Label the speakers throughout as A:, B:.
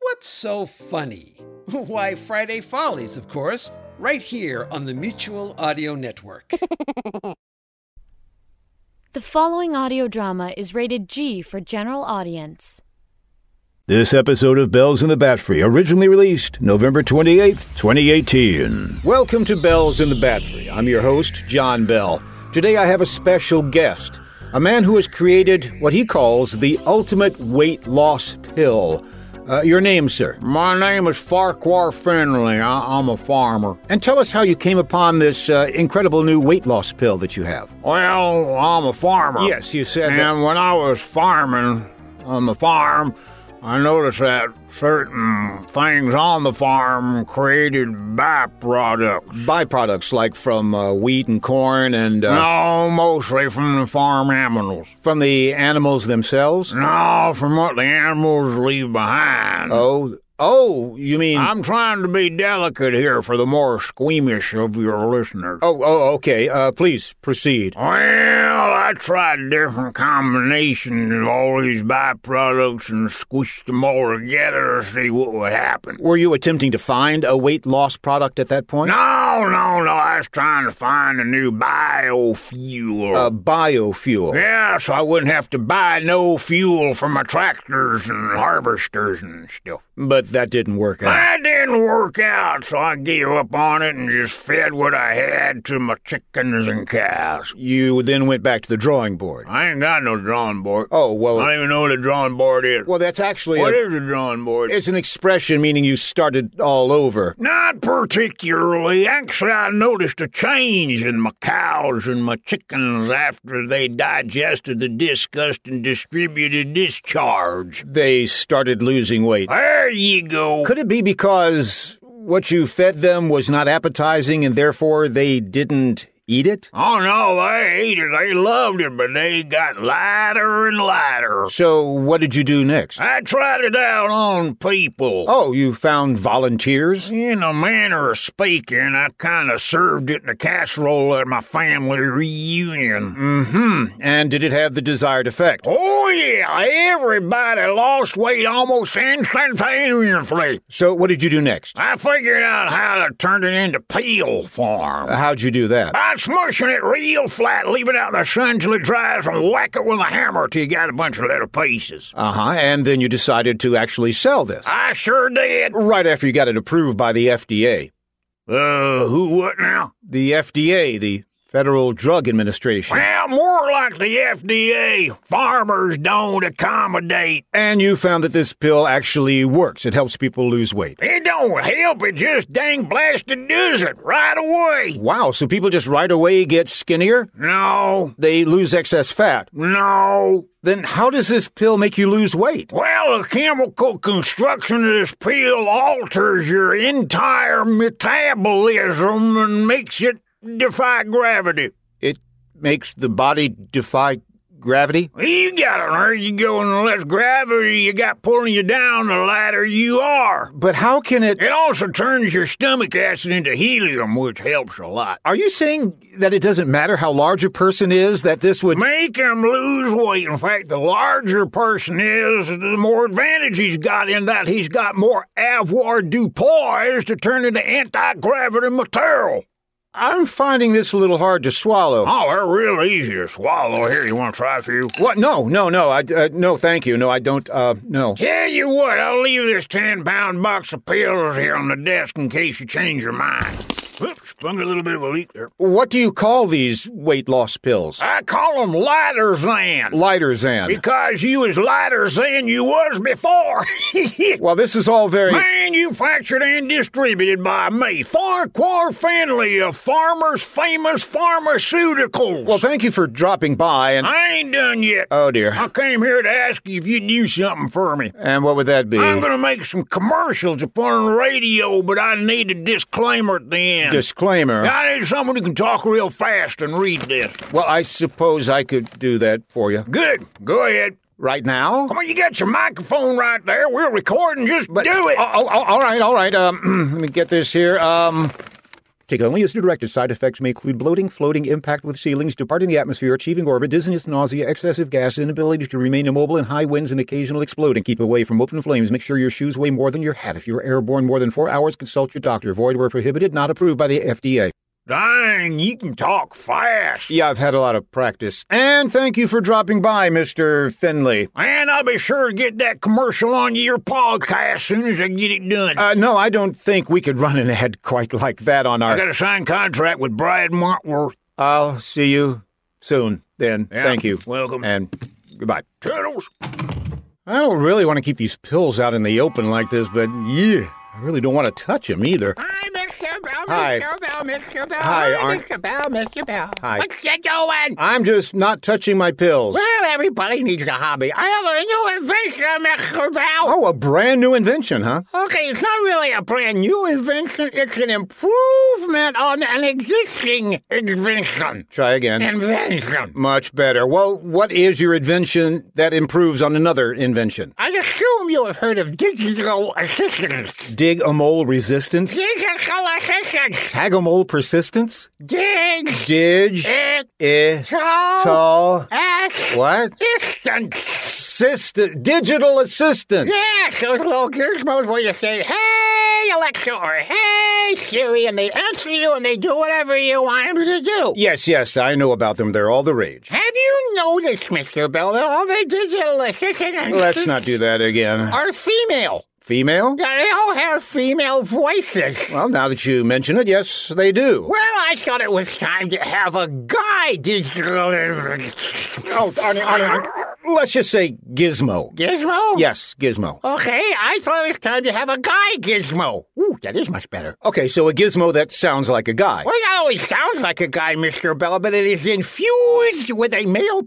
A: What's so funny? Why, Friday Follies, of course, right here on the Mutual Audio Network.
B: The following audio drama is rated G for general audience.
C: This episode of Bells in the Bat Free originally released November 28th, 2018. Welcome to Bells in the Bat Free. I'm your host, John Bell. Today I have a special guest, a man who has created what he calls the ultimate weight loss pill. Uh, your name, sir?
D: My name is Farquhar Finley. I- I'm a farmer.
C: And tell us how you came upon this uh, incredible new weight loss pill that you have.
D: Well, I'm a farmer.
C: Yes, you said
D: And
C: that.
D: when I was farming on the farm, I noticed that certain things on the farm created byproducts.
C: Byproducts like from uh, wheat and corn and uh,
D: No, mostly from the farm animals.
C: from the animals themselves?
D: No, from what the animals leave behind.
C: Oh, oh, you mean?
D: I'm trying to be delicate here for the more squeamish of your listeners.
C: Oh, oh, okay. Uh, please proceed.
D: Well, I tried different combinations of all these byproducts and squished them all together to see what would happen.
C: Were you attempting to find a weight loss product at that point?
D: No, no, no, I was trying to find a new biofuel.
C: Uh, biofuel.
D: yeah, so I wouldn't have to buy no fuel for my tractors and harvesters and stuff.
C: But that didn't work out.
D: That didn't work out, so I gave up on it and just fed what I had to my chickens and cows.
C: You then went back to the drawing board.
D: I ain't got no drawing board.
C: Oh,
D: I
C: well.
D: don't even know what a drawing board is.
C: well, that's actually.
D: What
C: a,
D: is a drawing board?
C: It's an expression meaning you started all over.
D: not particularly. Actually, I noticed a change in my cows and my chickens after they digested the disgust and distributed discharge.
C: They started losing weight.
D: There you go.
C: Could it be because what you fed them was not appetizing and therefore they didn't eat it?
D: Oh no, they ate it. They loved it, but they got lighter and lighter.
C: So, what did you do next?
D: I tried it out on people.
C: Oh, you found volunteers?
D: In a manner of speaking, I kind of served it in a casserole at my family reunion.
C: Mm-hmm. And did it have the desired effect?
D: Oh, yeah, everybody lost weight almost instantaneously.
C: So what did you do next?
D: I figured out how to turn it into peel form.
C: How'd you do that?
D: By smushing it real flat, leave it out in the sun till it dries, and whack it with a hammer till you got a bunch of little pieces.
C: Uh-huh. And then you decided to actually sell this.
D: I sure did.
C: Right after you got it approved by the FDA.
D: Uh, who what now?
C: The FDA, the Federal Drug Administration.
D: Well, more like the FDA. Farmers don't accommodate.
C: And you found that this pill actually works. It helps people lose weight.
D: It don't help, it just dang blasted does it right away.
C: Wow, so people just right away get skinnier?
D: No,
C: They lose excess fat.
D: no,
C: Then how does this pill make you lose weight?
D: Well, the chemical construction of this pill alters your entire metabolism and makes it defy gravity.
C: It makes the body defy gravity?
D: You got it, there you go, and the less gravity you got pulling you down, the lighter you are.
C: But how can it
D: It also turns your stomach acid into helium, which helps a lot.
C: Are you saying that it doesn't matter how large a person is, that this would.
D: Make him lose weight. In fact, the larger person is, the more advantage he's got in that he's got more avoirdupois to turn into anti-gravity material.
C: I'm finding this a little hard to swallow.
D: Oh, they're real easy to swallow. Here, you want to try a few?
C: What? No, no, no. I, uh, no, thank you. No, I don't. Uh, no.
D: Tell you what, I'll leave this 10 pound box of pills here on the desk in case you change your mind. Oops, sprung a little bit of a leak there.
C: What do you call these weight loss pills?
D: I call them lighter than.
C: Lighter than.
D: Because you is lighter than you was before.
C: Well, this is all very.
D: Manufactured and distributed by me, Farquhar Finley of Farmers Famous Pharmaceuticals.
C: Well, thank you for dropping by and.
D: I ain't done yet.
C: Oh, dear.
D: I came here to ask you if you'd do something for me.
C: And what would that be?
D: I'm going to make some commercials upon the radio, but I need a disclaimer at the end.
C: Disclaimer.
D: I need someone who can talk real fast and read this.
C: Well, I suppose I could do that for you.
D: Good. Go ahead.
C: Right now?
D: Come on, you got your microphone right there. We're recording. Just do it.
C: Oh, oh, oh, all right, all right. Um, let me get this here. Um, Take only as directed. Side effects may include bloating, floating, impact with ceilings, departing the atmosphere, achieving orbit, dizziness, nausea, excessive gas, inability to remain immobile in high winds, and occasional exploding. Keep away from open flames. Make sure your shoes weigh more than your hat. If you're airborne more than four hours, consult your doctor. Void where prohibited. Not approved by the FDA.
E: Dang, you can talk fast.
C: Yeah, I've had a lot of practice. And thank you for dropping by, Mr. Finley.
E: And I'll be sure to get that commercial on your podcast as soon as I get it done.
C: Uh, no, I don't think we could run an ad quite like that on
E: I
C: our.
E: got a signed contract with Brad Montworth.
C: I'll see you soon then.
E: Yeah,
C: Thank you.
E: welcome.
C: And goodbye.
E: Toodles.
C: I don't really want to keep these pills out in the open like this, but yeah, I really don't want to touch them either.
D: Hi, Mr. Bell,
C: Hi.
D: Mr. Bell, Mr. Bell.
C: Hi, Ar-
D: Mr. Bell, Mr. Bell.
C: Hi.
D: What's you doing?
C: I'm just not touching my pills.
D: Well, everybody needs a hobby. I have a new invention, Mr. Bell.
C: Oh, a brand new invention, huh?
D: Okay, it's not really a brand new invention. It's an improvement on an existing invention.
C: Try again.
D: Invention.
C: Much better. Well, what is your invention that improves on another invention?
D: I assume you have heard of digital assistants.
C: Dig a mole resistance?
D: Digital assistants.
C: Tag a mole persistence?
D: Dig.
C: Dig.
D: It.
C: Eh.
D: Tall.
C: Tall.
D: Ass.
C: What?
D: Distance.
C: Assist- digital assistance.
D: Yes, those little gizmos where you say, hey, Alexa, or hey, Siri, and they answer you and they do whatever you want them to do.
C: Yes, yes, I know about them. They're all the rage.
D: Have you noticed, Mr. Bell, that all the digital assistants
C: Let's not do that again.
D: are female?
C: Female?
D: Yeah, They all have female voices.
C: Well, now that you mention it, yes, they do.
D: Well, I thought it was time to have a guy digital
C: Oh, Arnie, Arnie, Arnie, let's just say Gizmo.
D: gizmo.
C: Yes, Gizmo.
D: Okay, I thought it was time to have a guy gizmo. Ooh, that is much better.
C: Okay, so a Gizmo that sounds like a guy.
D: Well, it not only sounds like a guy, Mr. Bell, but it is infused with a male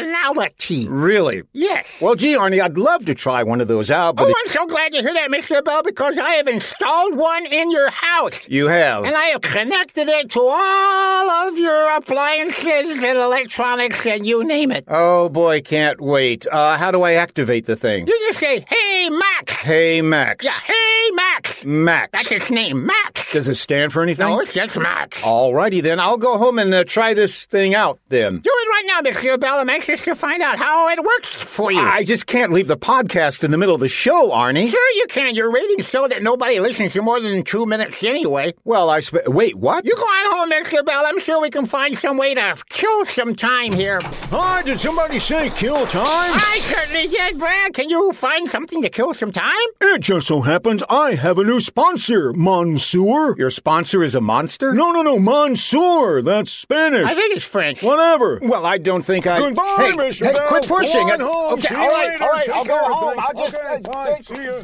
D: personality.
C: Really?
D: Yes.
C: Well, gee, Arnie, I'd love to try one of those out, but
D: oh,
C: if
D: I'm so glad to hear that, Mr. Bell, because I have installed one in your house.
C: you have.
D: And I have connected it to all of your appliances and electronics and you name it.
C: Oh, boy, can't wait. Uh, how do I activate the thing?
D: You just say, hey, Max.
C: Hey, Max.
D: Yeah, hey, Max.
C: Max.
D: That's its name, Max.
C: Does Oh. it stand for anything?
D: No, it's just Max.
C: Alrighty then, I'll go home and uh, try this thing out then.
D: Do it right now, Mr. Bell. I'm anxious to find out how it works for you.
C: I just can't leave the podcast in the middle of the show, Arnie.
D: Sure, you can. Your ratings show that nobody listens to more than two minutes anyway.
C: Well, I sp- wait. What?
D: You go on home, Mr. Bell. I'm sure we can find some way to kill some time here.
C: Hi, did somebody say kill time?
D: I certainly did, Brad. Can you find something to kill some time?
E: It just so happens I have a new sponsor, Monsieur.
C: Your sponsor is a monster?
E: No, no, no, Monsieur. That's
D: I
E: Spanish.
D: think it's French.
E: Whatever.
C: Well, I don't think I.
E: Goodbye,
C: hey,
E: Mr.
C: Hey,
E: Bell.
C: quit pushing.
E: Go
C: it.
E: on home.
C: Okay,
E: See
C: all
E: you
C: right,
E: later.
C: all right. I'll
E: Take
C: go
E: care of
C: home.
E: things.
C: I'll just.
E: Okay,
C: uh,
E: bye.
C: take-
E: See ya.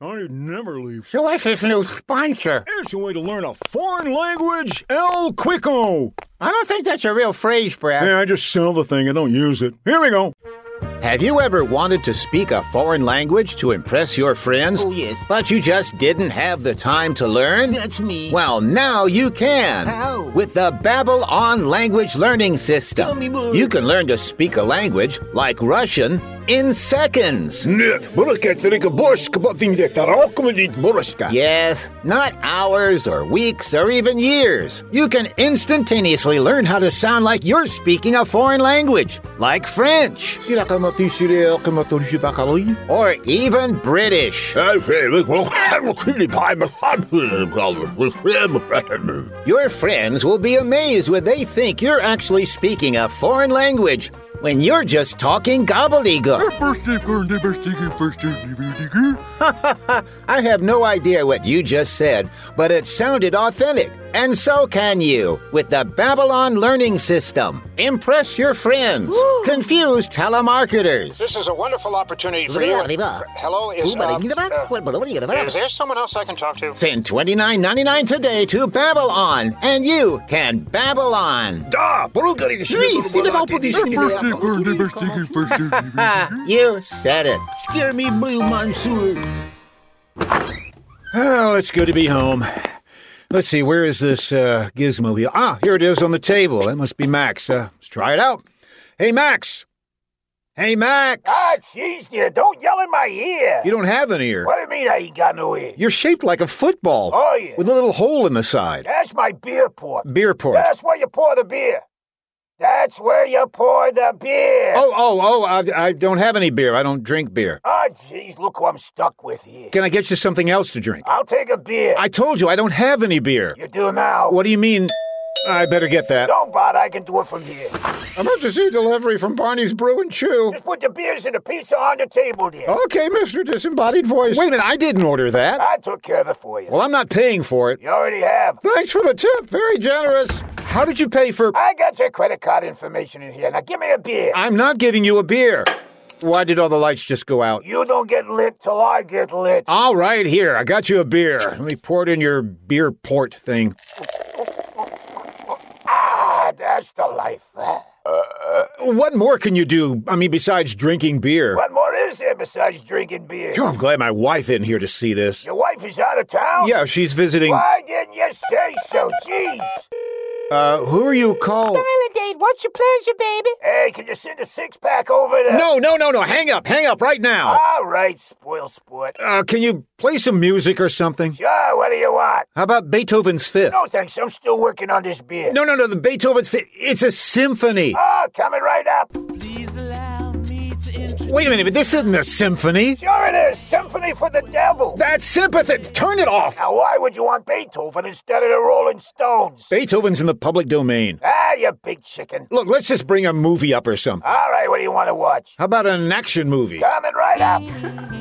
E: I never leave.
D: So what's this new sponsor?
E: Here's a way to learn a foreign language, El Quico.
D: I don't think that's a real phrase, Brad.
E: Yeah, I just sell the thing. I don't use it. Here we go.
C: Have you ever wanted to speak a foreign language to impress your friends?
D: Oh, yes.
C: But you just didn't have the time to learn?
D: That's me.
C: Well, now you can.
D: How?
C: With the Babbel On language learning system.
D: Tell me more.
C: You can learn to speak a language like Russian in seconds.
E: Нет, бракеттерика борщ, кабатинде таракомедит борщка.
C: Yes, not hours or weeks or even years. You can instantaneously learn how to sound like you're speaking a foreign language, like French, or even British. Your friends will be amazed when they think you're actually speaking a foreign language when you're just talking gobbledygook. I have no idea what you just said, but it sounded authentic. And so can you with the Babylon Learning System. Impress your friends. Confuse telemarketers.
F: This is a wonderful opportunity for you. Hello, is, uh, uh, is there someone else I can talk to?
C: Send $29.99 today to Babylon, and you can Babylon.
E: Да, бракеттерика
C: You said it.
E: Scare me blue, Monsieur.
C: Oh, it's good to be home. Let's see, where is this uh, gizmo? here? Ah, here it is on the table. That must be Max. Uh, let's try it out. Hey, Max. Hey, Max!
D: Ah, jeez, dear, don't yell in my ear.
C: You don't have an ear.
D: What do you mean I ain't got no ear?
C: You're shaped like a football.
D: Oh, yeah.
C: With a little hole in the side.
D: That's my beer port.
C: Beer port.
D: That's where you pour the beer. That's where you pour the beer.
C: Oh, oh, oh, I, I don't have any beer. I don't drink beer.
D: Ah, jeez, look who I'm stuck with here.
C: Can I get you something else to drink?
D: I'll take a beer.
C: I told you I don't have any beer.
D: Uh, You do now.
C: What do you mean? I better get that.
D: Don't bother, I can do it from here.
C: Emergency delivery from Barney's Brew and Chew.
D: Just put the beers and the pizza on the table, dear.
C: Okay, Mr. Disembodied Voice. Wait a minute, I didn't order that.
D: I took care of it for you.
C: Well, I'm not paying for it.
D: you already have.
C: Thanks for the tip. Very generous. How did you pay for.
D: I got your credit card information in here. Now give me a beer.
C: I'm not giving you a beer. Why did all the lights just go out?
D: You don't get lit till I get lit.
C: All right, here, I got you a beer. Let me pour it in your beer port thing.
D: Ah, that's the life.
C: What more can you do? I mean, besides drinking beer.
D: What more is there besides drinking beer?
C: Oh, I'm glad my wife isn't here to see this.
D: Your wife is out of town?
C: Yeah, she's visiting.
D: Why didn't you say so? Jeez.
C: Uh, who are you called?
G: Validate. What's your pleasure, baby?
D: Hey, can you send a six pack over there?
C: No, no, no, no. Hang up. Hang up right now.
D: All right, spoil sport.
C: Uh, can you play some music or something?
D: Sure, what do you want?
C: How about Beethoven's Fifth?
D: No thanks, I'm still working on this beer.
C: No, no, no. The Beethoven's Fifth. It's a symphony.
D: Oh, coming right up.
C: Wait a minute, but this isn't a symphony.
D: Sure it is. Symphony for the Devil.
C: That's sympathy. Turn it off.
D: Now, why would you want Beethoven instead of the Rolling Stones?
C: Beethoven's in the public domain.
D: Ah, you big chicken.
C: Look, let's just bring a movie up or something.
D: All right, what do you want to watch?
C: How about an action movie?
D: Coming right up.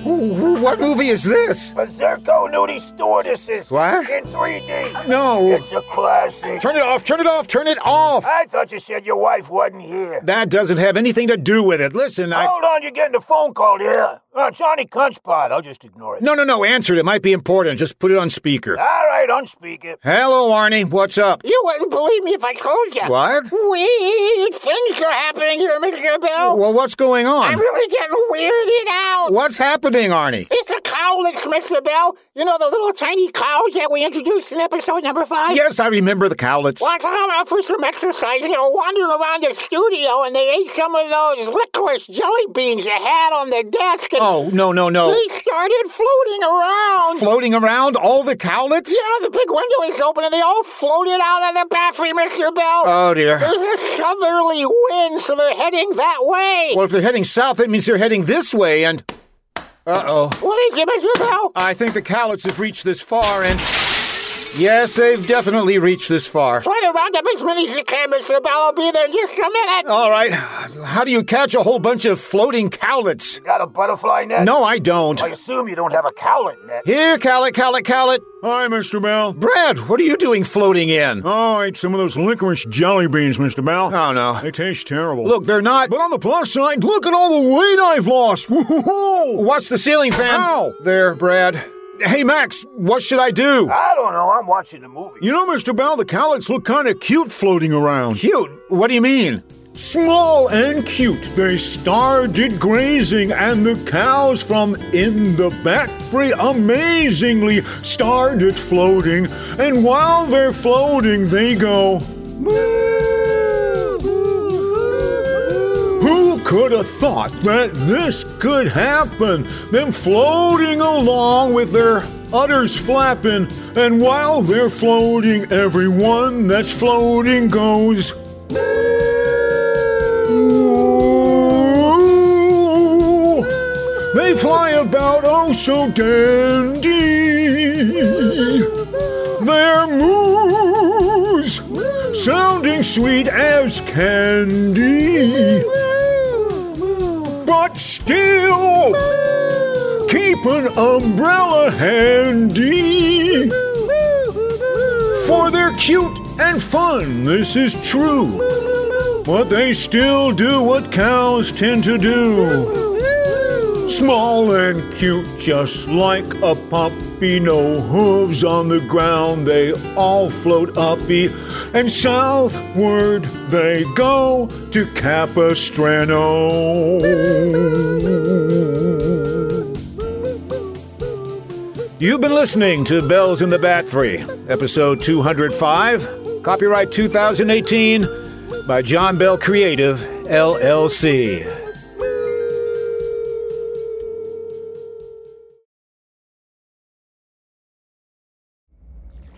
C: Ooh, what movie is this?
D: Berserko Nudie Stewardesses.
C: What?
D: In 3D.
C: No.
D: It's a classic.
C: Turn it off. Turn it off. Turn it off.
D: I thought you said your wife wasn't here.
C: That doesn't have anything to do with it. Listen, I.
D: Hold on, you're getting a phone call here. Uh, Johnny Cunchpot. I'll just ignore it.
C: No, no, no. Answer it. It might be important. Just put it on speaker.
D: All right, unspeak it.
C: Hello, Arnie. What's up?
G: You wouldn't believe me if I told you.
C: What?
G: Weird things are happening here, Mr. Bell.
C: Well, what's going
G: I'm
C: on?
G: really getting weirded out.
C: What's happening, Arnie?
G: It's the cowlicks, Mr. Bell. You know the little tiny cows that we introduced in episode number five?
C: Yes, I remember the cowlets.
G: Well, I took them out for some exercise. They were wandering around the studio and they ate some of those licorice jelly beans you had on the desk. And
C: Oh, no, no, no.
G: They started floating around.
C: Floating around all the cowlets?
G: yeah, the big window is open and they all floated out of the bathroom, Mr. Bell.
H: Uh,
C: Oh, dear.
G: There's a southerly wind, so they're heading that way.
C: Well, if they're heading south, that means they're heading this way, and. Uh oh.
G: what is it, Mr. Bell?
C: I think the cowlets have reached this far, and. Yes, they've definitely reached this far.
G: Try to round up as many as you can, Mr. Bell. I'll be there in just a minute.
C: All right. How do you catch a whole bunch of floating cowlets?
D: Got a butterfly net?
C: No, I don't.
D: I assume you don't have a cowlet net.
C: Here, cowlet, cowlet, cowlet. Hi, Mr. Bell. Brad, what are you doing floating in?
I: Oh, I ate some of those licorice jelly beans, Mr. Bell.
C: Oh, no.
I: They taste terrible.
C: Look, they're not.
I: But on the plus side, look at all the weight I've lost. Whoa!
C: What's the ceiling fan?
I: Ow!
C: There, Brad. Hey, Max, what should I do?
D: I don't know. I'm watching the movie.
I: You know, Mr. Bell, the cowlets look kind of cute floating around.
C: Cute. What do you mean?
I: Small and cute, they started grazing, and the cows from in the back free amazingly started floating. And while they're floating, they go. Who could have thought that this could happen? Them floating along with their udders flapping, and while they're floating, everyone that's floating goes. Ooh. They fly about oh so dandy. Their moves sounding sweet as candy. But still, keep an umbrella handy. For they're cute and fun, this is true. But they still do what cows tend to do. Small and cute, just like a puppy, no hooves on the ground, they all float uppy. And southward they go to Capistrano.
C: You've been listening to Bells in the Bat 3, episode 205, copyright 2018 by John Bell Creative, LLC.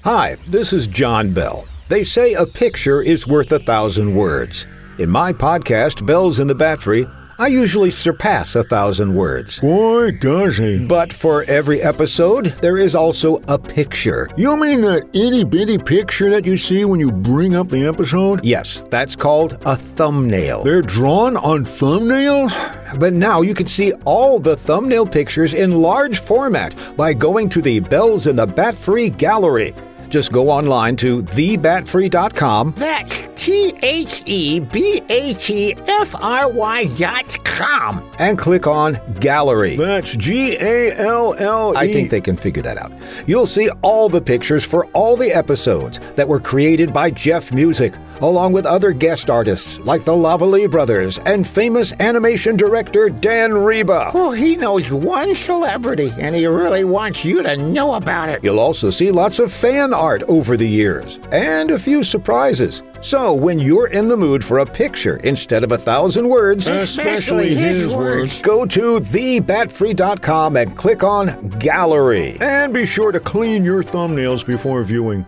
C: Hi, this is John Bell. They say a picture is worth a thousand words. In my podcast, Bells in the Battery, I usually surpass a thousand words.
I: Boy, does he.
C: But for every episode, there is also a picture.
I: You mean the itty bitty picture that you see when you bring up the episode?
C: Yes, that's called a thumbnail.
I: They're drawn on thumbnails?
C: But now you can see all the thumbnail pictures in large format by going to the Bells in the Bat Free Gallery. Just go online to thebatfree.com
H: That's T H E B A T F R Y dot com.
C: and click on Gallery.
I: That's G A L L E.
C: I think they can figure that out. You'll see all the pictures for all the episodes that were created by Jeff Music, along with other guest artists like the Lavalley brothers and famous animation director Dan Reba.
H: Well, he knows one celebrity, and he really wants you to know about it.
C: You'll also see lots of fan art over the years and a few surprises. So, when you're in the mood for a picture instead of a thousand words,
I: Especially his words.
C: go to thebatfree.com and click on Gallery.
I: And be sure to clean your thumbnails before viewing.